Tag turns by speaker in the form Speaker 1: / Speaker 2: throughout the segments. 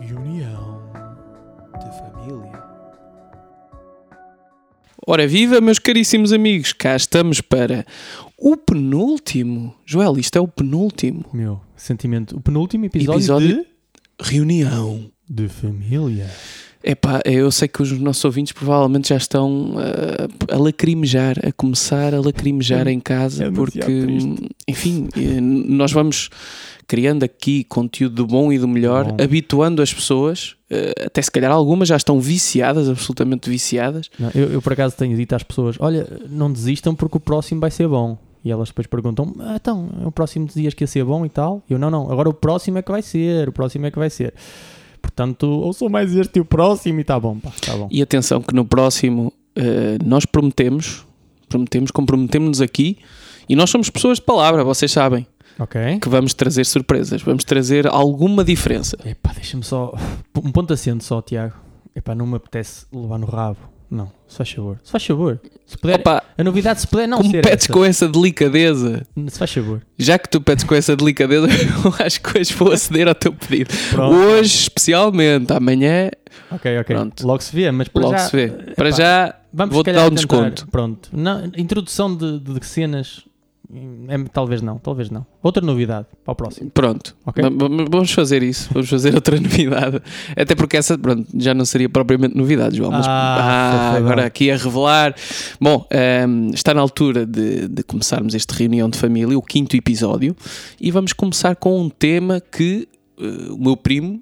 Speaker 1: Reunião de família.
Speaker 2: Ora viva, meus caríssimos amigos, cá estamos para o penúltimo. Joel, isto é o penúltimo
Speaker 1: Meu sentimento. O penúltimo episódio,
Speaker 2: episódio de reunião.
Speaker 1: de. De família.
Speaker 2: Epá, é, eu sei que os nossos ouvintes provavelmente já estão ah, a lacrimejar, a começar a lacrimejar em casa,
Speaker 1: É
Speaker 2: porque,
Speaker 1: demasiado triste.
Speaker 2: enfim, eh, nós vamos criando aqui conteúdo do bom e do melhor,
Speaker 1: Bom.
Speaker 2: habituando as pessoas, eh, até se calhar algumas já estão viciadas, absolutamente viciadas.
Speaker 1: Não, eu, eu por acaso tenho dito às pessoas: olha, não desistam porque o próximo vai ser bom. E elas depois perguntam: ah, então, o próximo dizias que ia ser bom e tal? E eu: não, não, agora o próximo é que vai ser, o próximo é que vai ser. Portanto, ou sou mais este e o próximo e tá bom, pá, tá bom.
Speaker 2: E atenção que no próximo eh, nós prometemos, prometemos, comprometemos-nos aqui e nós somos pessoas de palavra, vocês sabem,
Speaker 1: Ok.
Speaker 2: que vamos trazer surpresas, vamos trazer alguma diferença.
Speaker 1: Epá, deixa-me só. Um ponto acento só, Tiago. Epá, não me apetece levar no rabo. Não, se faz favor. Se faz favor. Se puder.
Speaker 2: Opa,
Speaker 1: A novidade, se puder, não
Speaker 2: como
Speaker 1: ser.
Speaker 2: pedes
Speaker 1: essa.
Speaker 2: com essa delicadeza,
Speaker 1: Se faz favor.
Speaker 2: já que tu pedes com essa delicadeza, eu acho que hoje vou aceder ao teu pedido.
Speaker 1: Pronto.
Speaker 2: Hoje, especialmente, amanhã,
Speaker 1: Ok, ok.
Speaker 2: Pronto.
Speaker 1: Logo se vê, mas para
Speaker 2: logo
Speaker 1: já,
Speaker 2: se vê. Para
Speaker 1: epá,
Speaker 2: já,
Speaker 1: vamos se
Speaker 2: vou-te
Speaker 1: calhar
Speaker 2: dar um
Speaker 1: tentar-
Speaker 2: desconto.
Speaker 1: Pronto. Não, introdução de, de- de cenas. é- talvez não, talvez não. Outra novidade para o próximo.
Speaker 2: Pronto,
Speaker 1: Ok.
Speaker 2: Va- va- vamos fazer isso, vamos fazer outra novidade. Até porque essa pronto, já não seria propriamente novidade, João. Mas
Speaker 1: Ah,
Speaker 2: Ah,
Speaker 1: foi
Speaker 2: agora
Speaker 1: bom.
Speaker 2: aqui a revelar. Bom, ehm, está na altura de, de começarmos este reunião de família, o quinto episódio, e vamos começar com um tema que eh, o meu primo,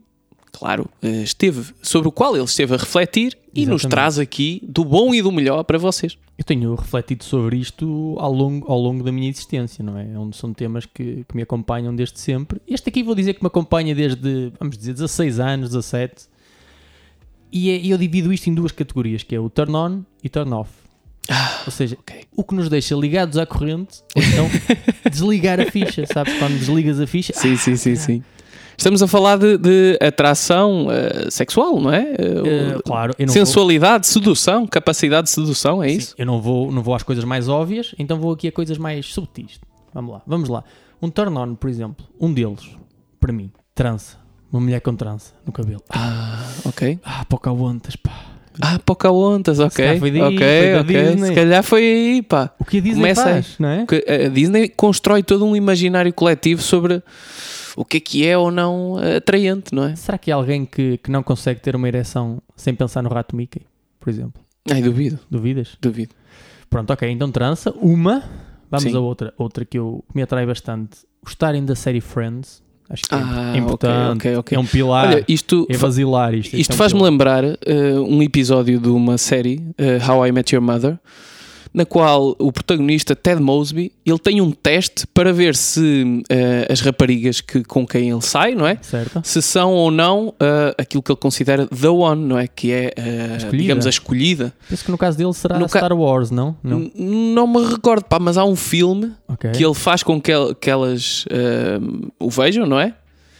Speaker 2: claro, eh, esteve, sobre o qual ele esteve a refletir e nos
Speaker 1: Exatamente.
Speaker 2: traz aqui do bom e do melhor para vocês.
Speaker 1: Eu tenho refletido sobre isto ao longo, ao longo da minha existência, não é? É um- São temas que, que me acompanham desde sempre. Este aqui vou dizer que me acompanha desde, vamos dizer, 16 anos, 17. E é- eu divido isto em duas categorias, que é o turn on e turn off. Ou seja,
Speaker 2: Ah, ok.
Speaker 1: o que nos deixa ligados à corrente, ou então desligar a ficha, sabes? Quando desligas a ficha,
Speaker 2: Sim, sim, sim, sim. Ah, é. Estamos a falar de, de atração eh, sexual, não é? Eh,
Speaker 1: eh,
Speaker 2: o-
Speaker 1: claro, eu não vou-
Speaker 2: Sensualidade, sedução, capacidade de sedução, é
Speaker 1: Sim,
Speaker 2: isso?
Speaker 1: eu não vou, não vou às coisas mais óbvias, então vou aqui a coisas mais subtis. Vamos lá, vamos lá. Um turn on, por exemplo, um deles, para mim, trança. Uma mulher com trança no cabelo.
Speaker 2: Ah, ok.
Speaker 1: Ah, Pocahontas, pá.
Speaker 2: Ah, Pocahontas, ok.
Speaker 1: calhar foi daí,
Speaker 2: ok,
Speaker 1: foi da
Speaker 2: ok.
Speaker 1: Disney.
Speaker 2: Se calhar foi aí, pá.
Speaker 1: O que a Disney
Speaker 2: Começa
Speaker 1: faz, não é?
Speaker 2: Porque A Disney constrói todo um imaginário coletivo sobre o que é que é ou não atraente, não é?
Speaker 1: Será que há alguém que, que não consegue ter uma ereção sem pensar no rato Mickey, por exemplo?
Speaker 2: Ai, duvido,
Speaker 1: Duvidas?
Speaker 2: duvido.
Speaker 1: Pronto, ok, então trança, uma. Vamos
Speaker 2: Sim.
Speaker 1: a outra, outra que eu que me atrai bastante. Gostarem da série Friends. Acho que é
Speaker 2: Ah, ok,
Speaker 1: importante.
Speaker 2: ok, ok.
Speaker 1: É um pilar.
Speaker 2: Olha, isto,
Speaker 1: é basilar isto.
Speaker 2: isto
Speaker 1: é um
Speaker 2: faz-me
Speaker 1: pilar.
Speaker 2: lembrar eh, um episódio de uma série, eh, How I Met Your Mother, na qual o protagonista Ted Mosby ele tem um teste para ver se eh, as raparigas que, com quem ele sai, não é?
Speaker 1: Certo?
Speaker 2: se são ou não ah, aquilo que ele considera the one, não é? Que é, ah,
Speaker 1: escolhida.
Speaker 2: digamos, a escolhida.
Speaker 1: Penso que no caso dele será
Speaker 2: No ca-
Speaker 1: Star Wars, não? Não. É?
Speaker 2: N- Não me recordo, pá, mas há um filme
Speaker 1: Ok.
Speaker 2: que ele faz com que, el- que elas ah, o vejam, não é?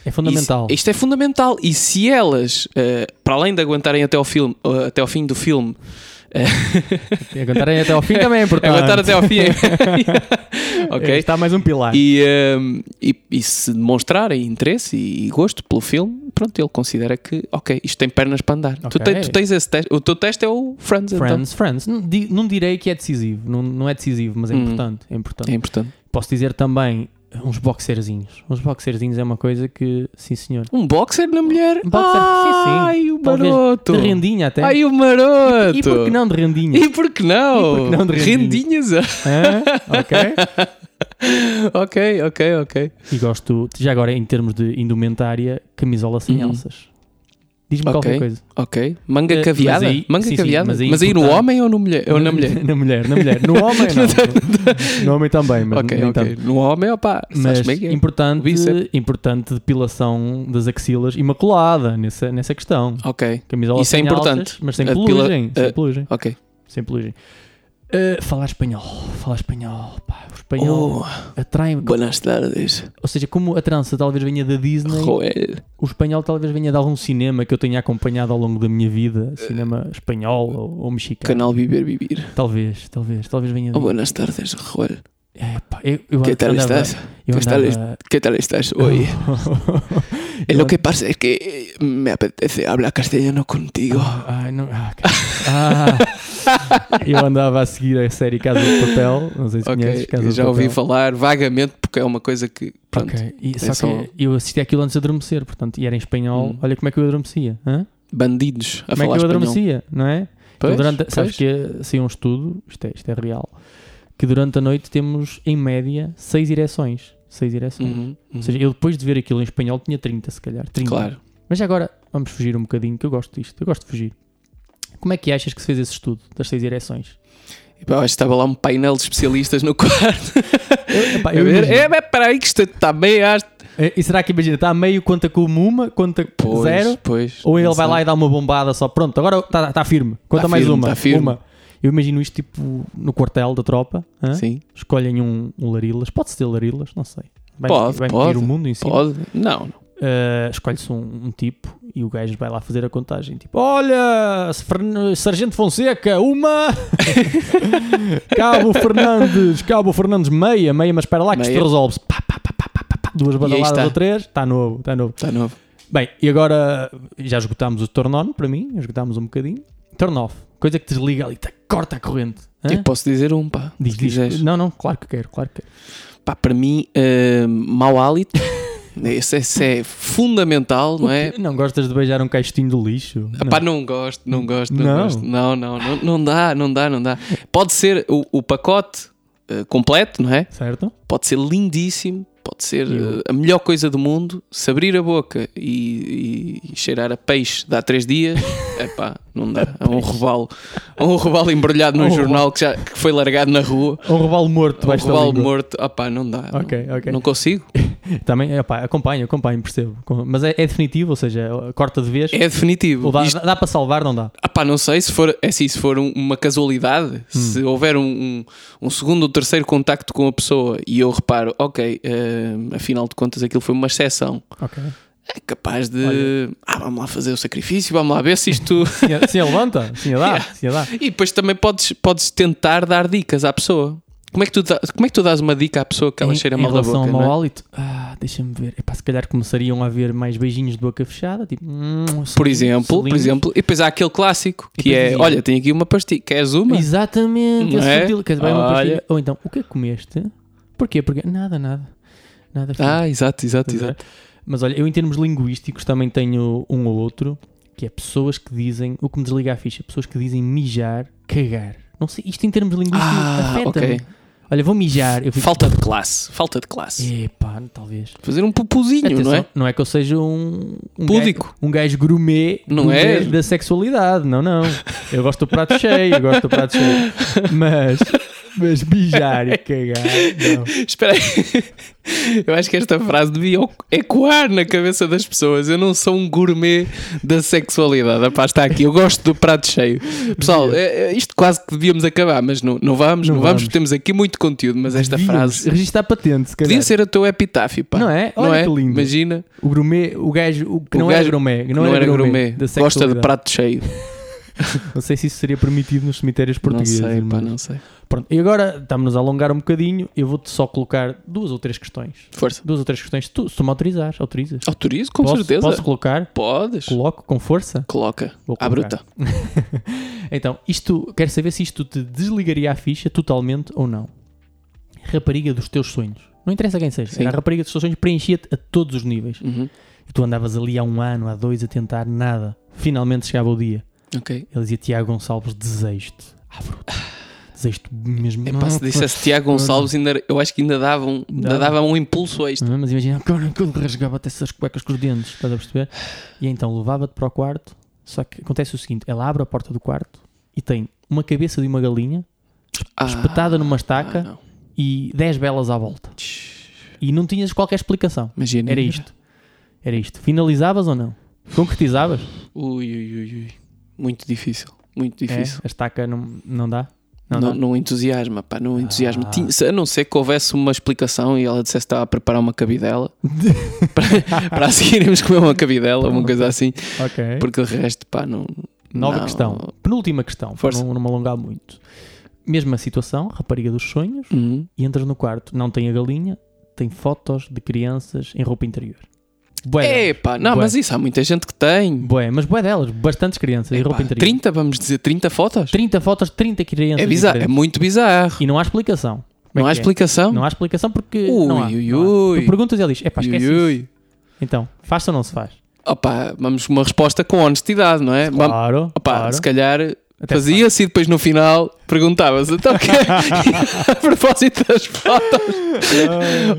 Speaker 1: É fundamental.
Speaker 2: E se- isto é fundamental. E se elas, ah, para além de aguentarem até ao, filme, ah, até ao fim do filme,
Speaker 1: Aguentarem até ao fim também é importante.
Speaker 2: aguentar até ao fim, é. ok?
Speaker 1: Está mais um pilar.
Speaker 2: E, hum, e, e se demonstrarem interesse e, e gosto pelo filme, pronto, ele considera que, ok, isto tem pernas para andar. Tu,
Speaker 1: Ok.
Speaker 2: te- tu tens esse teste, o teu teste é o Friends, então.
Speaker 1: Friends, Friends. Não, di- não direi que é decisivo. Não, não é decisivo, mas é
Speaker 2: Hum.
Speaker 1: importante. É
Speaker 2: É
Speaker 1: importante.
Speaker 2: importante.
Speaker 1: Posso dizer também uns boxerzinhos. Uns boxerzinhos é uma coisa que, sim senhor.
Speaker 2: Um boxer na mulher?
Speaker 1: Um boxer, sim, sim.
Speaker 2: Ai, o
Speaker 1: Talvez
Speaker 2: maroto.
Speaker 1: De rendinha até.
Speaker 2: Ai, o maroto.
Speaker 1: e por que não de rendinha?
Speaker 2: E por que não?
Speaker 1: E por que não de rendinha?
Speaker 2: Rendinhas?
Speaker 1: Hã? ok.
Speaker 2: ok, ok, ok.
Speaker 1: E gosto, já agora em termos de indumentária, camisola sem
Speaker 2: Uhum.
Speaker 1: alças. Diz-me
Speaker 2: Ok.
Speaker 1: qualquer coisa.
Speaker 2: Ok. Manga
Speaker 1: Eh,
Speaker 2: caveada?
Speaker 1: mas aí-
Speaker 2: Manga
Speaker 1: sim, sim,
Speaker 2: caveada?
Speaker 1: mas aí Então.
Speaker 2: no
Speaker 1: importante-
Speaker 2: homem ou, no mulher, ou na mulher?
Speaker 1: na mulher, na mulher. No homem não. no homem também, mas
Speaker 2: ok,
Speaker 1: nem
Speaker 2: ok.
Speaker 1: tanto.
Speaker 2: No homem, opá,
Speaker 1: Mas
Speaker 2: sabes bem que é. O
Speaker 1: importante,
Speaker 2: bíceps.
Speaker 1: importante depilação das axilas imaculada nessa, nessa questão.
Speaker 2: Ok,
Speaker 1: Camisola
Speaker 2: Isso é
Speaker 1: sem alças,
Speaker 2: importante.
Speaker 1: mas sem
Speaker 2: A depila-
Speaker 1: pelugem, sem
Speaker 2: a-
Speaker 1: pelugem,
Speaker 2: ok.
Speaker 1: sem pelugem. Uh, falar espanhol, falar espanhol, pá, o espanhol
Speaker 2: Oh.
Speaker 1: atrai-me.
Speaker 2: Buenas tardes,
Speaker 1: Ou seja, como a trança talvez venha da Disney,
Speaker 2: Joel.
Speaker 1: o espanhol talvez venha de algum cinema que eu tenha acompanhado ao longo da minha vida,
Speaker 2: Eh,
Speaker 1: cinema espanhol ou, ou mexicano.
Speaker 2: Canal Viver Vivir.
Speaker 1: Talvez, talvez, talvez venha
Speaker 2: Oh,
Speaker 1: de.
Speaker 2: buenas tardes, Joel.
Speaker 1: É, pá, eu, eu
Speaker 2: Que tal
Speaker 1: andava-
Speaker 2: estás?
Speaker 1: Eu
Speaker 2: Que tal
Speaker 1: andava...
Speaker 2: Que tal estás hoy? Eh, Lo que pasa es que eh, me apetece hablar castellano contigo.
Speaker 1: Ai, não. Ah, cara. Ah. eu andava a seguir a série Casa de Papel. Não sei se conheces
Speaker 2: Ok,
Speaker 1: Casa de
Speaker 2: já ouvi
Speaker 1: Papel.
Speaker 2: falar vagamente porque é uma coisa que. Pronto,
Speaker 1: Ok, e,
Speaker 2: é
Speaker 1: só
Speaker 2: só-
Speaker 1: que eu assisti aquilo antes de adormecer, portanto, e era em espanhol.
Speaker 2: Hum.
Speaker 1: Olha como é que eu adormecia. Hã?
Speaker 2: bandidos
Speaker 1: Como
Speaker 2: a
Speaker 1: é que
Speaker 2: falar
Speaker 1: eu
Speaker 2: espanhol.
Speaker 1: adormecia, não é?
Speaker 2: Pois,
Speaker 1: Então, durante,
Speaker 2: pois.
Speaker 1: sabes que eh, saiu um estudo, isto é, isto é real, que durante a noite temos, em média, seis direções. Seis direções.
Speaker 2: Uhum, uhum.
Speaker 1: Ou seja, eu depois de ver aquilo em espanhol tinha 30, se calhar. 30.
Speaker 2: Claro.
Speaker 1: Mas já agora vamos fugir um bocadinho, que eu gosto disto. Eu gosto de fugir. Como é que achas que se fez esse estudo das seis direções?
Speaker 2: E pá, acho que estava lá um painel de especialistas no quarto.
Speaker 1: Eu- epá,
Speaker 2: A
Speaker 1: eu
Speaker 2: ver,
Speaker 1: imagino.
Speaker 2: é, mas peraí, que isto está bem às.
Speaker 1: Eh, E será que imagina, está a meio, conta com uma, conta com
Speaker 2: Pois,
Speaker 1: zero,
Speaker 2: pois.
Speaker 1: ou ele
Speaker 2: não
Speaker 1: vai
Speaker 2: sei.
Speaker 1: lá e dá uma bombada só, pronto, agora está está firme, conta
Speaker 2: Tá
Speaker 1: mais
Speaker 2: firme,
Speaker 1: uma,
Speaker 2: tá firme.
Speaker 1: uma. Eu imagino isto tipo no quartel da tropa, hã?
Speaker 2: Sim,
Speaker 1: escolhem um, um Larilas, pode-se ter Larilas, não sei. Vai,
Speaker 2: Pode,
Speaker 1: vai
Speaker 2: pode,
Speaker 1: meter o mundo em cima.
Speaker 2: pode. Não, não.
Speaker 1: Uh, escolhe-se um, um tipo e o gajo vai lá fazer a contagem. Tipo, olha, Fern- Sargento Fonseca, uma. Cabo Fernandes, Cabo Fernandes, meia, meia, mas espera lá que
Speaker 2: Meia.
Speaker 1: isto resolve-se. Pá, pá, pá, pá, pá, pá, pá, Duas badaladas
Speaker 2: está.
Speaker 1: ou três, está novo, está novo.
Speaker 2: está novo.
Speaker 1: Bem, e agora já esgotámos o turn on para mim, esgotámos um bocadinho. Turn off, coisa que desliga ali, tá, corta a corrente. Hã?
Speaker 2: Eu posso dizer um, pá.
Speaker 1: Diz,
Speaker 2: se
Speaker 1: diz.
Speaker 2: quiseres.
Speaker 1: Não, não, claro que quero, claro que quero.
Speaker 2: Pá, para mim, eh, mau hálito. Esse, esse é fundamental, não é?
Speaker 1: Não gostas de beijar um caixotinho do lixo?
Speaker 2: Não. Pá, não gosto, não gosto, não,
Speaker 1: Não.
Speaker 2: gosto. Não, não, não, não dá, não dá, não dá. Pode ser o, o pacote eh, completo, não é?
Speaker 1: Certo?
Speaker 2: Pode ser lindíssimo, pode ser
Speaker 1: Eu-
Speaker 2: eh, a melhor coisa do mundo. Se abrir a boca e, e cheirar a peixe dá três dias, é pá, não dá. É um robalo, é um robalo embrulhado num
Speaker 1: Um
Speaker 2: jornal que, já, que foi largado na rua.
Speaker 1: Ou um robalo morto,
Speaker 2: Um
Speaker 1: vais
Speaker 2: robalo morto, ah pá, não dá.
Speaker 1: Ok,
Speaker 2: não,
Speaker 1: ok.
Speaker 2: não consigo.
Speaker 1: Também, opá, acompanho, acompanho, percebo. Com- Mas é, é definitivo, ou seja, corta de vez.
Speaker 2: É definitivo.
Speaker 1: Ou dá,
Speaker 2: Isto-
Speaker 1: dá para salvar, não dá?
Speaker 2: Ah pá, não sei se for, é assim, se for um- uma casualidade,
Speaker 1: Hum.
Speaker 2: se houver um, um- um segundo ou terceiro contacto com a pessoa e eu reparo, ok, eh, afinal de contas aquilo foi uma exceção,
Speaker 1: Ok.
Speaker 2: é capaz de,
Speaker 1: Olha.
Speaker 2: ah, vamos lá fazer o sacrifício, vamos lá ver se isto.
Speaker 1: Sim, sim, levanta, sim, é dá, sim, dá.
Speaker 2: e depois também podes, podes tentar dar dicas à pessoa. Como é que tu, dá- como é que tu dás uma dica à pessoa que ela
Speaker 1: Em-
Speaker 2: cheira
Speaker 1: em
Speaker 2: mal da
Speaker 1: relação
Speaker 2: boca?
Speaker 1: ao
Speaker 2: não é?
Speaker 1: mau hálito, ah, deixa-me ver. Epá, se calhar começariam a haver mais beijinhos de boca fechada, tipo... hum,
Speaker 2: Por
Speaker 1: selinhos,
Speaker 2: exemplo, por
Speaker 1: selinhos.
Speaker 2: exemplo, e depois há aquele clássico
Speaker 1: E
Speaker 2: que
Speaker 1: depois
Speaker 2: é:
Speaker 1: dizia-
Speaker 2: olha, tenho aqui uma pastilha, queres uma?
Speaker 1: Exatamente,
Speaker 2: Não
Speaker 1: esse
Speaker 2: é?
Speaker 1: sutil, quer dizer, vai uma
Speaker 2: Olha.
Speaker 1: pastilha. Ou então, o que é que comeste? Porquê? Porque... Nada, nada. Nada. filho.
Speaker 2: Ah, exato, exato,
Speaker 1: Pois é.
Speaker 2: exato.
Speaker 1: Mas olha, eu em termos linguísticos também tenho um ou outro, que é pessoas que dizem, o que me desliga a ficha, pessoas que dizem mijar, cagar. Não sei, isto em termos linguísticos
Speaker 2: Ah,
Speaker 1: afeta-me.
Speaker 2: ok.
Speaker 1: Olha, vou mijar, eu fico...
Speaker 2: Falta de classe, falta de classe.
Speaker 1: Epá, talvez.
Speaker 2: Fazer um pupuzinho,
Speaker 1: Atenção,
Speaker 2: não é?
Speaker 1: que eu seja um... um
Speaker 2: Púdico.
Speaker 1: gajo- Um gajo gourmet,
Speaker 2: Não
Speaker 1: gourmet
Speaker 2: é?
Speaker 1: da sexualidade, não, não. Eu gosto do prato cheio, eu gosto do prato cheio. Mas... Mas mijar e cagar, não.
Speaker 2: Espera aí. Eu acho que esta frase devia ecoar na cabeça das pessoas. Eu não sou um gourmet da sexualidade. Rapaz, está aqui. Eu gosto do prato cheio. Pessoal, é- é- isto quase que devíamos acabar, mas não, não vamos, não,
Speaker 1: Não
Speaker 2: vamos.
Speaker 1: vamos.
Speaker 2: Temos aqui muito conteúdo, mas esta
Speaker 1: Devíamos
Speaker 2: frase
Speaker 1: Registar patente, se calhar.
Speaker 2: podia ser o teu epitáfio, pá.
Speaker 1: Não é?
Speaker 2: Não
Speaker 1: Olha
Speaker 2: é?
Speaker 1: que lindo.
Speaker 2: Imagina,
Speaker 1: O gourmet, o gajo, o que
Speaker 2: O
Speaker 1: não
Speaker 2: gajo
Speaker 1: era gourmet, que
Speaker 2: não, é
Speaker 1: não, era, gourmet, da
Speaker 2: Gosta de
Speaker 1: sexualidade.
Speaker 2: prato cheio.
Speaker 1: Não sei se isso seria permitido nos cemitérios portugueses.
Speaker 2: não sei, pá,
Speaker 1: irmãos.
Speaker 2: não sei.
Speaker 1: Pronto, e agora estamos-nos a alongar um bocadinho, eu vou-te só colocar duas ou três questões.
Speaker 2: Força.
Speaker 1: Duas ou três questões, tu, se tu me autorizares, autorizas.
Speaker 2: Autorizo, com
Speaker 1: posso,
Speaker 2: certeza.
Speaker 1: Posso colocar?
Speaker 2: Podes.
Speaker 1: Coloco com força?
Speaker 2: Coloca.
Speaker 1: Vou
Speaker 2: À
Speaker 1: colocar.
Speaker 2: Ah, bruta.
Speaker 1: Então, isto, quero saber se isto te desligaria a ficha totalmente ou não. Rapariga dos teus sonhos. Não interessa quem seja,
Speaker 2: Sim.
Speaker 1: era a rapariga dos teus sonhos preenchia-te a todos os níveis.
Speaker 2: Uhum.
Speaker 1: E tu andavas ali há um ano, há dois, a tentar nada. Finalmente chegava o dia.
Speaker 2: Ok.
Speaker 1: Ele dizia Tiago Gonçalves, desejo-te. Ah, bruto. Desejo-te mesmo.
Speaker 2: Epá, É se dissesse Tiago Gonçalves, ainda- eu acho que ainda dava um, ainda
Speaker 1: Dava.
Speaker 2: dava um impulso a isto.
Speaker 1: Não é? Mas imagina, agora que eu rasgava até essas cuecas com os dentes, estás a perceber? E então levava-te para o quarto, só que acontece o seguinte, ela abre a porta do quarto e tem uma cabeça de uma galinha
Speaker 2: Ah,
Speaker 1: espetada numa
Speaker 2: ah,
Speaker 1: estaca
Speaker 2: não.
Speaker 1: e 10 belas à volta. E não tinhas qualquer explicação.
Speaker 2: Imagina.
Speaker 1: Era isto. Era isto. Finalizavas ou não? Concretizavas?
Speaker 2: Ui, ui, ui, ui. Muito difícil. Muito difícil.
Speaker 1: É, a estaca não, não dá?
Speaker 2: Não,
Speaker 1: dá?
Speaker 2: não entusiasma, pá, não entusiasma.
Speaker 1: Ah.
Speaker 2: Tinha- se- a não ser que houvesse uma explicação e ela dissesse que estava a preparar uma cabidela para, para a seguir irmos comer uma cabidela, uma coisa assim,
Speaker 1: Ok.
Speaker 2: porque de resto, pá, não.
Speaker 1: Nova
Speaker 2: não.
Speaker 1: questão. Penúltima questão,
Speaker 2: Força.
Speaker 1: para não, não me alongar muito. Mesma situação, rapariga dos sonhos,
Speaker 2: Uhum.
Speaker 1: e entras no quarto. Não tem a galinha, tem fotos de crianças em roupa interior. Bué delas.
Speaker 2: Epá, É, não,
Speaker 1: Bué.
Speaker 2: mas isso há muita gente que tem.
Speaker 1: Bué, mas bué delas, bastantes crianças e
Speaker 2: Epá,
Speaker 1: roupa interior.
Speaker 2: 30, vamos dizer, 30 fotos?
Speaker 1: 30 fotos, 30 crianças.
Speaker 2: É bizarro, é
Speaker 1: diferentes.
Speaker 2: muito bizarro.
Speaker 1: E não há explicação. Como é
Speaker 2: Não há
Speaker 1: que é?
Speaker 2: explicação?
Speaker 1: Não há explicação porque.
Speaker 2: Ui,
Speaker 1: não há,
Speaker 2: ui,
Speaker 1: não há.
Speaker 2: ui.
Speaker 1: Tu perguntas e ele diz: é pá, esquece
Speaker 2: Ui,
Speaker 1: isso.
Speaker 2: ui.
Speaker 1: Então, faz ou não se faz?
Speaker 2: Opa, vamos uma resposta com honestidade, não é? Vamos-
Speaker 1: Claro.
Speaker 2: Opa,
Speaker 1: claro.
Speaker 2: se calhar
Speaker 1: Até
Speaker 2: fazia-se e depois no final perguntava-se então o que é? a propósito das fotos.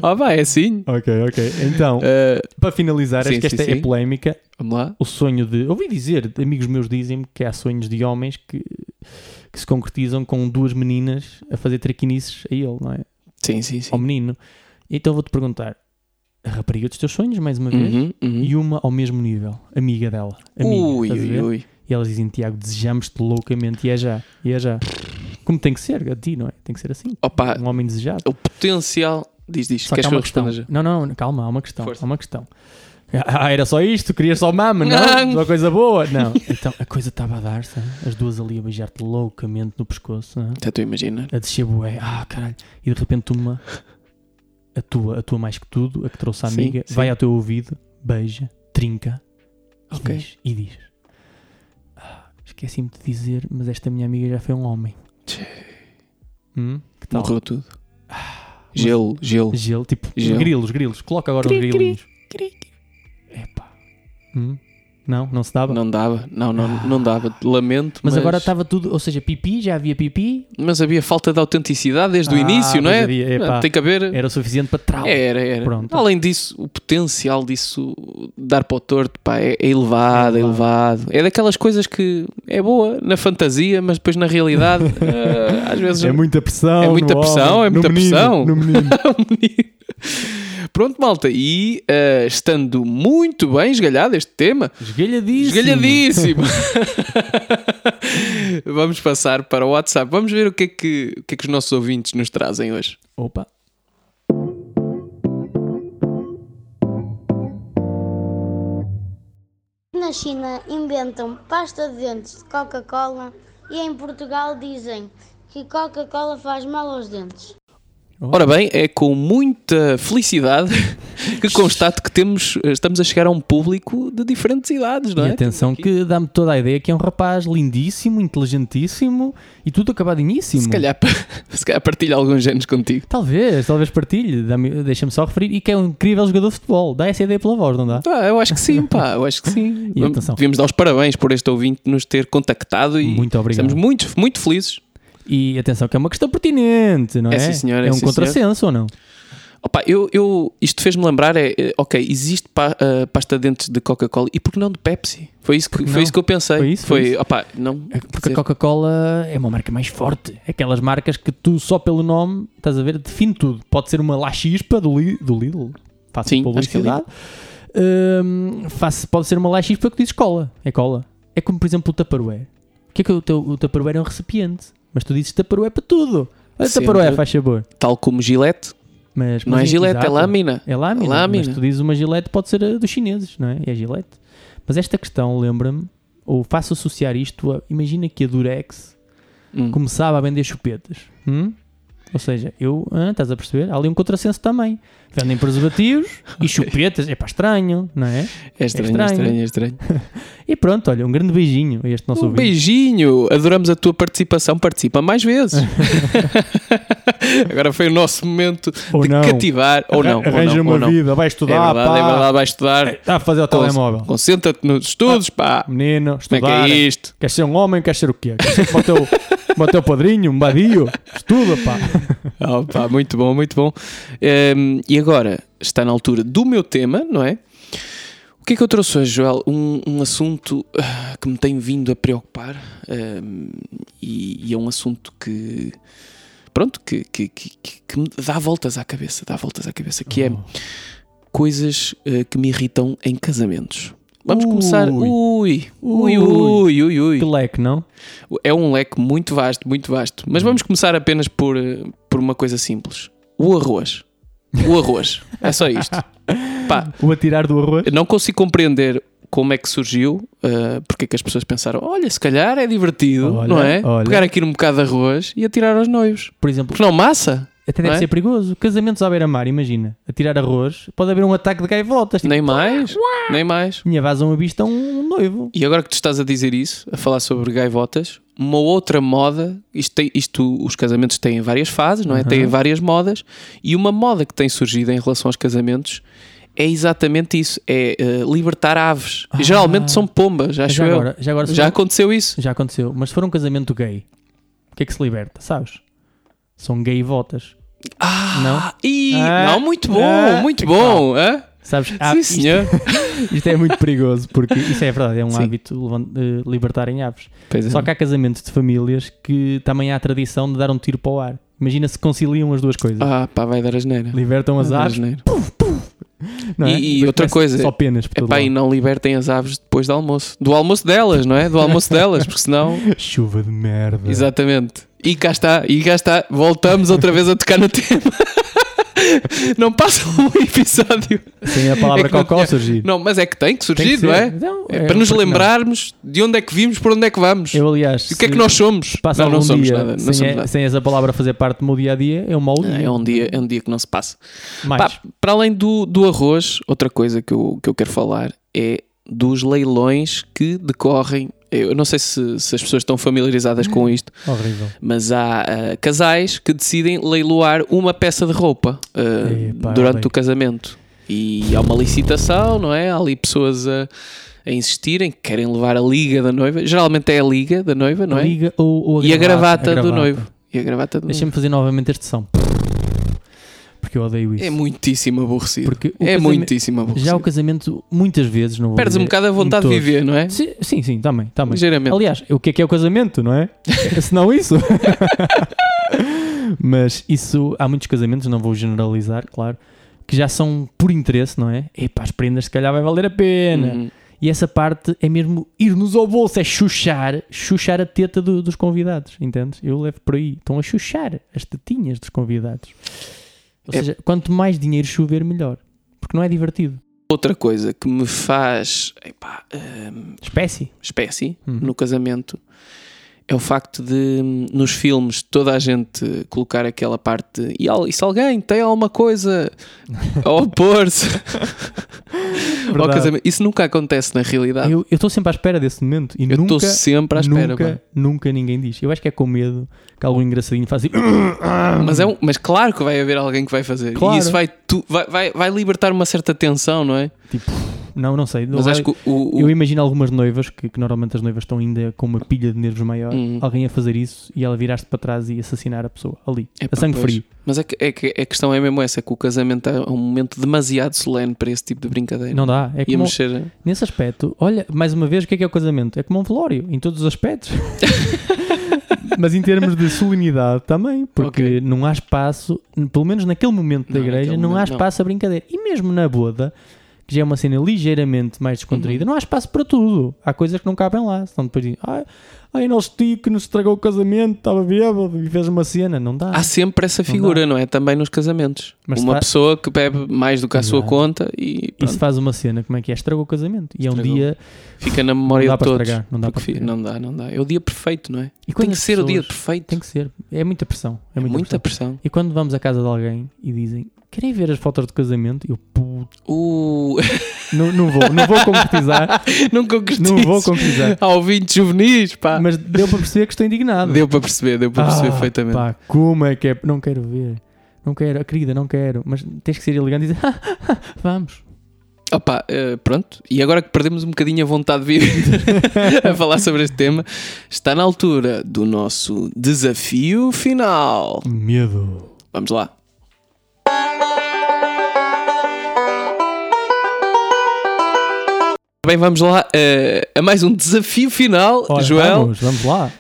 Speaker 1: Ah.
Speaker 2: Opa, é assim.
Speaker 1: Ok, ok. Então,
Speaker 2: Eh,
Speaker 1: para finalizar,
Speaker 2: sim,
Speaker 1: acho que
Speaker 2: sim,
Speaker 1: esta é
Speaker 2: sim.
Speaker 1: polémica.
Speaker 2: vamos lá.
Speaker 1: O sonho de. Ouvi dizer, amigos meus dizem-me que há sonhos de homens que, que se concretizam com duas meninas a fazer traquinices a ele, não é?
Speaker 2: Sim, sim, sim.
Speaker 1: Ao menino. Então vou-te perguntar: a rapariga dos teus sonhos, mais uma vez?
Speaker 2: Uhum, uhum.
Speaker 1: E uma ao mesmo nível, amiga dela. Amiga,
Speaker 2: Ui,
Speaker 1: estás a
Speaker 2: ui,
Speaker 1: ver?
Speaker 2: ui.
Speaker 1: E elas dizem, Tiago, desejamos-te loucamente e é já, e é já. Como tem que ser, a ti, não é? Tem que ser assim.
Speaker 2: Opa,
Speaker 1: Um homem desejado.
Speaker 2: o potencial. Diz, diz.
Speaker 1: Só que
Speaker 2: Queres
Speaker 1: há
Speaker 2: que eu
Speaker 1: uma questão.
Speaker 2: responda já?
Speaker 1: Não, não, não, calma, há uma questão. Há
Speaker 2: Força.
Speaker 1: uma questão. Ah, era só isto? Querias só mama?
Speaker 2: Não.
Speaker 1: Não, só coisa boa? Não. Então a coisa estava a dar-se, hein? as duas ali a beijar-te loucamente no pescoço, hein?
Speaker 2: Já estou a imaginar.
Speaker 1: a descer bué, ah caralho. E de repente uma, a tua, a tua mais que tudo, a que trouxe a
Speaker 2: Sim,
Speaker 1: amiga,
Speaker 2: sim.
Speaker 1: vai ao teu ouvido, beija, trinca, e
Speaker 2: Ok.
Speaker 1: diz, e diz "Ah, esqueci-me de dizer, mas esta minha amiga já foi um homem.
Speaker 2: Tchê.
Speaker 1: Hum? Que tal? Ah,
Speaker 2: Morreu tudo. Gelo, gelo.
Speaker 1: Gelo, tipo,
Speaker 2: Gelo.
Speaker 1: grilos, grilos. Coloca agora
Speaker 2: Cri,
Speaker 1: os grilinhos. Epá. Hum? Não, não se dava?
Speaker 2: Não dava. Não, não, não dava. Lamento.
Speaker 1: Ah. Mas, agora tá- estava tudo, ou seja, pipi, já havia pipi,
Speaker 2: Mas havia falta de autenticidade desde o
Speaker 1: Ah,
Speaker 2: início, não
Speaker 1: pois
Speaker 2: é?
Speaker 1: havia, epá.
Speaker 2: Tem que É, haver.
Speaker 1: era o suficiente para trau.
Speaker 2: Era, era.
Speaker 1: Pronto.
Speaker 2: Além disso, o potencial disso dar para o torto pá, é, é elevado, é
Speaker 1: É
Speaker 2: elevado. É daquelas coisas que é boa na fantasia, mas depois na realidade eh, às vezes
Speaker 1: É muita pressão.
Speaker 2: É muita
Speaker 1: no
Speaker 2: pressão,
Speaker 1: homem,
Speaker 2: é
Speaker 1: no
Speaker 2: muita
Speaker 1: menino,
Speaker 2: pressão.
Speaker 1: No menino.
Speaker 2: um Pronto, malta, e eh, estando muito bem esgalhado este tema,
Speaker 1: Esgalhadíssimo.
Speaker 2: esgalhadíssimo, vamos passar para o WhatsApp. Vamos ver o que, é que, o que é que os nossos ouvintes nos trazem hoje.
Speaker 1: Opa.
Speaker 3: Na China inventam pasta de dentes de Coca-Cola e em Portugal dizem que Coca-Cola faz mal aos dentes.
Speaker 2: Ora bem, é com muita felicidade que constato que temos, estamos a chegar a um público de diferentes idades, não é?
Speaker 1: E atenção que dá-me toda a ideia que é um rapaz lindíssimo, inteligentíssimo e tudo acabadinhíssimo.
Speaker 2: Se calhar, se calhar partilho alguns géneros contigo.
Speaker 1: Talvez, talvez partilhe, dá-me- deixa-me só referir, e que é um incrível jogador de futebol. Dá essa ideia pela voz, não dá?
Speaker 2: Ah, eu acho que sim, pá, eu acho que sim.
Speaker 1: E atenção.
Speaker 2: Devíamos dar os parabéns por este ouvinte nos ter contactado e
Speaker 1: Muito obrigado.
Speaker 2: estamos muito, muito felizes.
Speaker 1: E atenção que é uma questão pertinente, não
Speaker 2: É,
Speaker 1: é?
Speaker 2: sim, senhora, é,
Speaker 1: é um
Speaker 2: sim,
Speaker 1: contrassenso ou não?
Speaker 2: Opa, eu, eu, isto fez-me lembrar, é, é, ok, existe pa- ah, pasta de dentes de Coca-Cola e por que não de Pepsi? Foi isso que,
Speaker 1: Porque
Speaker 2: foi
Speaker 1: não?
Speaker 2: isso que eu pensei.
Speaker 1: Foi isso, foi isso.
Speaker 2: opa, não,
Speaker 1: É Porque a Coca-Cola é uma marca mais forte. Aquelas marcas que tu só pelo nome, estás a ver, define tudo. Pode ser uma La Chispa do, Li- do Lidl. Faço
Speaker 2: Sim, acho que é
Speaker 1: publicidade. Hum, faço- pode ser uma La Chispa que diz cola. É cola. É como, por exemplo, o Tupperware. O que é que o, teu, o Tupperware é um recipiente? Mas tu dizes Tupperware é para tudo. Olha o
Speaker 2: Sempre.
Speaker 1: Tupperware, faz sabor.
Speaker 2: tal como Gillette,
Speaker 1: Mas,
Speaker 2: não é
Speaker 1: mas-
Speaker 2: Gillette, é
Speaker 1: exato.
Speaker 2: lâmina.
Speaker 1: É lâmina.
Speaker 2: Lâmina.
Speaker 1: Mas tu dizes uma gilete, pode ser a dos chineses, não é? É a gilete. Mas esta questão lembra-me, ou faço associar isto a. Imagina que a Durex
Speaker 2: Hum.
Speaker 1: começava a vender chupetas. Hum? Ou seja, eu. hã, estás a perceber? Há ali um contrassenso também. Vendem preservativos e chupetas. É para estranho, não é?
Speaker 2: É estranho, é
Speaker 1: estranho.
Speaker 2: estranho, é estranho.
Speaker 1: E pronto, olha, um grande beijinho a este nosso
Speaker 2: Um
Speaker 1: ouvinte.
Speaker 2: beijinho, adoramos a tua participação. Participa mais vezes. Agora foi o nosso momento
Speaker 1: Ou
Speaker 2: de
Speaker 1: não.
Speaker 2: cativar. Ou não, ou
Speaker 1: Arranja
Speaker 2: não,
Speaker 1: uma
Speaker 2: ou não.
Speaker 1: vida, vai
Speaker 2: É
Speaker 1: estudar,
Speaker 2: verdade, é
Speaker 1: pá.
Speaker 2: verdade, vai estudar.
Speaker 1: Está a fazer o telemóvel.
Speaker 2: Concentra-te nos estudos, pá.
Speaker 1: Menino,
Speaker 2: Como é que
Speaker 1: estudar.
Speaker 2: é isto?
Speaker 1: Queres ser um homem, queres ser o quê? Queres ser como o teu, como o teu padrinho, um badio? Estuda, pá.
Speaker 2: Oh, pá, muito bom, muito bom. Ehm, e agora está na altura do meu tema, não é? O que é que eu trouxe hoje, Joel? Um, um assunto ah, que me tem vindo a preocupar ehm, e, e é um assunto que. Pronto, que, que, que, que- que me dá voltas à cabeça, dá voltas à cabeça, que é coisas ah, que me irritam em casamentos. Vamos começar. Ui, ui, ui, ui, ui.
Speaker 1: Que leque, não?
Speaker 2: É um leque muito vasto, muito vasto. Mas vamos começar apenas por, eh, por uma coisa simples: o arroz. O arroz. é só isto. Pá,
Speaker 1: O atirar do arroz?
Speaker 2: eu não consigo compreender como é que surgiu, eh, porque é que as pessoas pensaram: olha, se calhar é divertido,
Speaker 1: Olha,
Speaker 2: não é?
Speaker 1: olha.
Speaker 2: Pegar aqui um bocado de arroz e atirar aos noivos.
Speaker 1: Por exemplo,
Speaker 2: Porque não massa?
Speaker 1: Até deve
Speaker 2: Não é?
Speaker 1: ser perigoso. Casamentos à beira-mar, imagina. A tirar arroz, pode haver um ataque de gaivotas. Tipo,
Speaker 2: Nem mais, nem mais.
Speaker 1: minha vaza uma vista a um noivo.
Speaker 2: E agora que tu estás a dizer isso, a falar sobre gaivotas, uma outra moda, isto, tem- isto- os casamentos têm várias fases, não é?
Speaker 1: Uhum.
Speaker 2: Têm várias modas, e uma moda que tem surgido em relação aos casamentos é exatamente isso: é eh, libertar aves. E Geralmente são pombas, acho
Speaker 1: Ah. já
Speaker 2: eu.
Speaker 1: agora, já agora se
Speaker 2: Já
Speaker 1: for-
Speaker 2: aconteceu isso.
Speaker 1: já aconteceu. Mas se for um casamento gay, o que é que se liberta? Sabes? São gaivotas.
Speaker 2: Ah,
Speaker 1: Não?
Speaker 2: E,
Speaker 1: Ah,
Speaker 2: não, muito bom,
Speaker 1: ah,
Speaker 2: muito
Speaker 1: que
Speaker 2: bom. hã?
Speaker 1: Sabes? Ah,
Speaker 2: Sim,
Speaker 1: isto-
Speaker 2: senhor.
Speaker 1: Isto é muito perigoso, porque isso é verdade, é um
Speaker 2: Sim.
Speaker 1: hábito levan- eh, libertar em aves.
Speaker 2: Pois é.
Speaker 1: Só que há casamentos de famílias que também há a tradição de dar um tiro para o ar. Imagina se conciliam as duas coisas.
Speaker 2: Ah, pá, vai dar asneira.
Speaker 1: Libertam
Speaker 2: Vai
Speaker 1: as
Speaker 2: dar
Speaker 1: aves.
Speaker 2: asneira.
Speaker 1: não é?
Speaker 2: E- e
Speaker 1: Depois
Speaker 2: outra
Speaker 1: começa
Speaker 2: coisa,
Speaker 1: Só penas. Por
Speaker 2: É
Speaker 1: todo
Speaker 2: pá, e
Speaker 1: lado.
Speaker 2: não libertem as aves depois do almoço. Do almoço delas, não é? Do almoço delas, porque senão.
Speaker 1: Chuva de merda.
Speaker 2: Exatamente. E cá está, e cá está. Voltamos outra vez a tocar no tema. Não passa um episódio.
Speaker 1: Sem a palavra
Speaker 2: É que não
Speaker 1: cocó
Speaker 2: tinha-
Speaker 1: surgir.
Speaker 2: Não, mas é que tem que
Speaker 1: Tem que
Speaker 2: surgir,
Speaker 1: ser.
Speaker 2: não é?
Speaker 1: Então,
Speaker 2: É
Speaker 1: é,
Speaker 2: para nos
Speaker 1: porque não?
Speaker 2: lembrarmos de onde é que vimos, para onde é que vamos.
Speaker 1: Eu, aliás,
Speaker 2: E o que é que
Speaker 1: se
Speaker 2: nós somos?
Speaker 1: passa
Speaker 2: não, não
Speaker 1: algum
Speaker 2: somos
Speaker 1: dia
Speaker 2: nada. Não
Speaker 1: sem,
Speaker 2: somos
Speaker 1: a-
Speaker 2: nada.
Speaker 1: sem essa palavra fazer parte do meu dia a dia, é um mau dia.
Speaker 2: É um dia, é um dia que não se passa.
Speaker 1: Mais.
Speaker 2: Pá, para além do, do arroz, outra coisa que eu, que eu quero falar é dos leilões que decorrem. Eu não sei se, se as pessoas estão familiarizadas
Speaker 1: Uhum.
Speaker 2: com isto,
Speaker 1: Horrível.
Speaker 2: mas há ah, casais que decidem leiloar uma peça de roupa ah,
Speaker 1: Epá,
Speaker 2: durante
Speaker 1: odeio.
Speaker 2: o casamento. E há uma licitação, não é? Há ali pessoas a, a insistirem que querem levar a liga da noiva. Geralmente é a liga da noiva, não
Speaker 1: A
Speaker 2: é?
Speaker 1: Liga ou, ou a
Speaker 2: e a
Speaker 1: gravata,
Speaker 2: gravata,
Speaker 1: a
Speaker 2: do
Speaker 1: gravata.
Speaker 2: noivo. E a gravata do noivo.
Speaker 1: Deixa-me fazer novamente este som. Porque eu odeio isso.
Speaker 2: É muitíssimo aborrecido.
Speaker 1: Porque o
Speaker 2: é
Speaker 1: casamento-
Speaker 2: muitíssimo aborrecido.
Speaker 1: Já o casamento, muitas vezes, não vou
Speaker 2: Perdes um
Speaker 1: dizer
Speaker 2: bocado a
Speaker 1: em
Speaker 2: vontade de
Speaker 1: todos.
Speaker 2: viver, não é?
Speaker 1: Sim, sim, sim, também, também.
Speaker 2: Ligeiramente.
Speaker 1: Aliás, o que é que é o casamento, não é? Se não isso. Mas isso, há muitos casamentos, não vou generalizar, claro, que já são por interesse, não é? Epá, as prendas se calhar vai valer a pena.
Speaker 2: Uhum.
Speaker 1: E essa parte é mesmo ir-nos ao bolso, é chuchar, chuchar a teta do- dos convidados, entendes? Eu levo por aí. Estão a chuchar as tetinhas dos convidados. Ou
Speaker 2: É-
Speaker 1: seja, quanto mais dinheiro chover, melhor. Porque não é divertido.
Speaker 2: Outra coisa que me faz epá, hum,
Speaker 1: Espécie.
Speaker 2: espécie
Speaker 1: Uhum.
Speaker 2: no casamento é o facto de hum, nos filmes toda a gente colocar aquela parte de, e, al- e se alguém tem alguma coisa a opor-se ao
Speaker 1: É Verdade.
Speaker 2: casamento. Isso nunca acontece na realidade.
Speaker 1: Eu estou sempre à espera desse momento e
Speaker 2: Eu
Speaker 1: nunca,
Speaker 2: estou sempre à espera. pá.
Speaker 1: nunca, nunca ninguém diz. Eu acho que é com medo que algum engraçadinho faça assim,
Speaker 2: Mas, é um- mas claro que vai haver alguém que vai fazer.
Speaker 1: Claro.
Speaker 2: E isso vai, tu- vai, vai, vai libertar uma certa tensão, não é?
Speaker 1: tipo, não, não sei. Não
Speaker 2: Mas
Speaker 1: vai-
Speaker 2: acho que o, o-
Speaker 1: Eu imagino algumas noivas, que, que normalmente as noivas estão ainda com uma pilha de nervos maior,
Speaker 2: Uhum.
Speaker 1: alguém a fazer isso e ela virar-se para trás e assassinar a pessoa ali,
Speaker 2: Epá,
Speaker 1: a sangue
Speaker 2: pois.
Speaker 1: frio.
Speaker 2: Mas é que, é que a questão é mesmo essa: que o casamento é um momento demasiado solene para esse tipo de brincadeira.
Speaker 1: Não dá. É
Speaker 2: Ia
Speaker 1: como,
Speaker 2: mexer.
Speaker 1: Nesse aspecto, olha, mais uma vez, o que é que é o casamento? É como um velório, em todos os aspectos. Mas em termos de solenidade também, porque
Speaker 2: Ok.
Speaker 1: não há espaço, pelo menos naquele momento da
Speaker 2: Não,
Speaker 1: igreja,
Speaker 2: naquele
Speaker 1: não há
Speaker 2: momento não.
Speaker 1: espaço a brincadeira. E mesmo na boda, que já é uma cena ligeiramente mais
Speaker 2: Uhum.
Speaker 1: descontraída, não há espaço para tudo. Há coisas que não cabem lá. Senão depois dizem, ai, ai nosso tio que nos estragou o casamento, estava bêbado e fez uma cena. Ah. Não dá.
Speaker 2: Há sempre essa figura, não, é? Também nos casamentos.
Speaker 1: Mas
Speaker 2: uma
Speaker 1: fa-
Speaker 2: pessoa que bebe mais do que a sua
Speaker 1: Exato.
Speaker 2: conta e
Speaker 1: e
Speaker 2: pronto,
Speaker 1: se faz uma cena, como é que é? Estragou o casamento. E é um
Speaker 2: Estragou.
Speaker 1: dia.
Speaker 2: fica na
Speaker 1: Não
Speaker 2: memória
Speaker 1: dá
Speaker 2: de
Speaker 1: para
Speaker 2: todos.
Speaker 1: estragar. Não dá
Speaker 2: Porque
Speaker 1: para
Speaker 2: fi-
Speaker 1: estragar.
Speaker 2: não dá, não dá. É o dia perfeito, não é?
Speaker 1: E
Speaker 2: Tem
Speaker 1: quando
Speaker 2: que
Speaker 1: as
Speaker 2: ser o dia
Speaker 1: pessoas-
Speaker 2: perfeito.
Speaker 1: Tem que ser. É muita pressão. É
Speaker 2: É
Speaker 1: muita,
Speaker 2: muita
Speaker 1: pressão.
Speaker 2: pressão.
Speaker 1: E quando vamos à casa de alguém e dizem querem ver as fotos de casamento, eu puto,
Speaker 2: Uh,
Speaker 1: não, não vou, não vou concretizar,
Speaker 2: não concretizo.
Speaker 1: não vou concretizar.
Speaker 2: Há ouvintes juvenis, pá.
Speaker 1: Mas deu para perceber que estou indignado.
Speaker 2: Ah. Deu para perceber, deu para perceber
Speaker 1: Ah,
Speaker 2: perfeitamente.
Speaker 1: Pá, como é que é? Não quero ver. Não quero, querida, não quero. Mas tens que ser elegante e dizer vamos.
Speaker 2: Opa, eh, pronto, e agora que perdemos um bocadinho a vontade de vir a falar sobre este tema, está na altura do nosso desafio final.
Speaker 1: Medo.
Speaker 2: Vamos lá. Bem, vamos lá eh, a mais um desafio final,
Speaker 1: Ora,
Speaker 2: Joel.
Speaker 1: Vamos, vamos lá.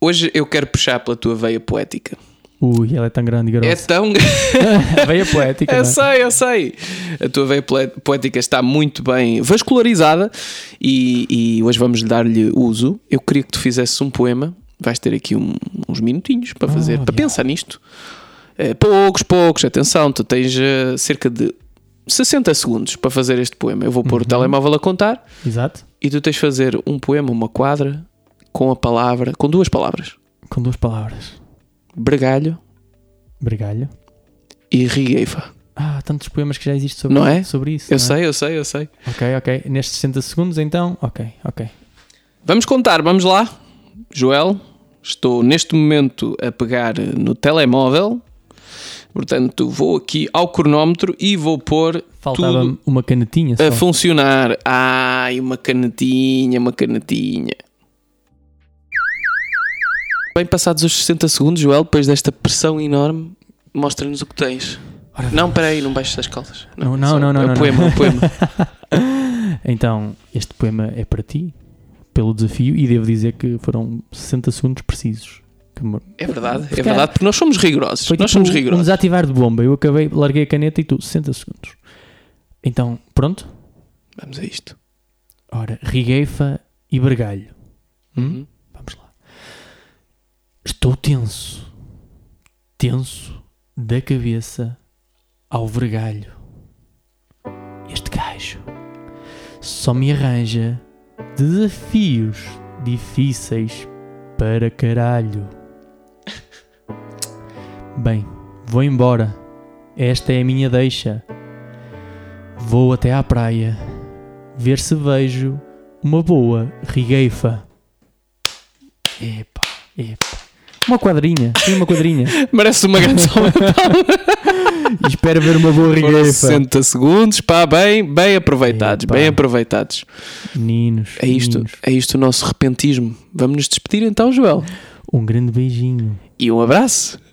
Speaker 2: Hoje eu quero puxar pela tua veia poética.
Speaker 1: Ui, ela é tão grande e
Speaker 2: É
Speaker 1: grossa.
Speaker 2: tão.
Speaker 1: Veia poética.
Speaker 2: Eu
Speaker 1: não é?
Speaker 2: sei, eu sei. A tua veia poe- poética está muito bem vascularizada e, e hoje vamos dar-lhe uso. Eu queria que tu fizesse um poema. Vais ter aqui um- uns minutinhos para fazer, para
Speaker 1: yeah.
Speaker 2: pensar nisto. Eh, poucos, poucos, atenção, tu tens eh, cerca de 60 segundos para fazer este poema. Eu vou
Speaker 1: Uhum.
Speaker 2: pôr o telemóvel a contar
Speaker 1: é? Exato.
Speaker 2: e tu tens de fazer um poema, uma quadra, com a palavra, com duas palavras:
Speaker 1: Com duas palavras.
Speaker 2: bregalho
Speaker 1: Bergalho.
Speaker 2: e Rigueiva.
Speaker 1: Ah, tantos poemas que já existem sobre,
Speaker 2: Não é?
Speaker 1: sobre isso.
Speaker 2: Eu
Speaker 1: não é?
Speaker 2: sei, eu sei, eu sei.
Speaker 1: Ok, ok. Nestes 60 segundos, então, ok, ok.
Speaker 2: Vamos contar, vamos lá. Joel, estou neste momento a pegar no telemóvel. Portanto, vou aqui ao cronómetro e vou pôr
Speaker 1: Faltava
Speaker 2: tudo
Speaker 1: uma canetinha só.
Speaker 2: a funcionar. Ai, uma canetinha, uma canetinha. Bem passados os 60 segundos, Joel, depois desta pressão enorme, mostra-nos o que tens.
Speaker 1: Ora,
Speaker 2: Não, peraí, não baixes as calças.
Speaker 1: Não, não,
Speaker 2: só-
Speaker 1: não, não,
Speaker 2: É
Speaker 1: não,
Speaker 2: o
Speaker 1: não.
Speaker 2: poema, é o poema.
Speaker 1: Então, este poema é para ti, pelo desafio, e devo dizer que foram 60 segundos precisos. Que mo-
Speaker 2: É verdade, é
Speaker 1: Porque,
Speaker 2: verdade, porque nós somos rigorosos.
Speaker 1: Foi
Speaker 2: Nós
Speaker 1: tipo
Speaker 2: somos
Speaker 1: um
Speaker 2: rigorosos.
Speaker 1: desativar de bomba. Eu acabei, larguei a caneta e tu, 60 segundos. Então, pronto?
Speaker 2: Vamos a isto.
Speaker 1: Ora, rigueifa e bergalho. Hum?
Speaker 2: Uhum.
Speaker 1: Vamos lá. Estou tenso. Tenso da cabeça ao vergalho. Este gajo só me arranja desafios difíceis para caralho. Bem, vou embora. Esta é a minha deixa. Vou até à praia ver se vejo uma boa rigueifa. Epa, epa. Uma quadrinha, sim, uma quadrinha.
Speaker 2: Merece uma grande salva de palmas.
Speaker 1: E espero ver uma boa
Speaker 2: Foram
Speaker 1: rigueifa.
Speaker 2: 60 segundos, pá, bem, bem aproveitados,
Speaker 1: Epá.
Speaker 2: bem aproveitados.
Speaker 1: Meninos,
Speaker 2: É isto,
Speaker 1: meninos,
Speaker 2: é isto o nosso repentismo. Vamos nos despedir então, Joel.
Speaker 1: Um grande beijinho.
Speaker 2: E um abraço.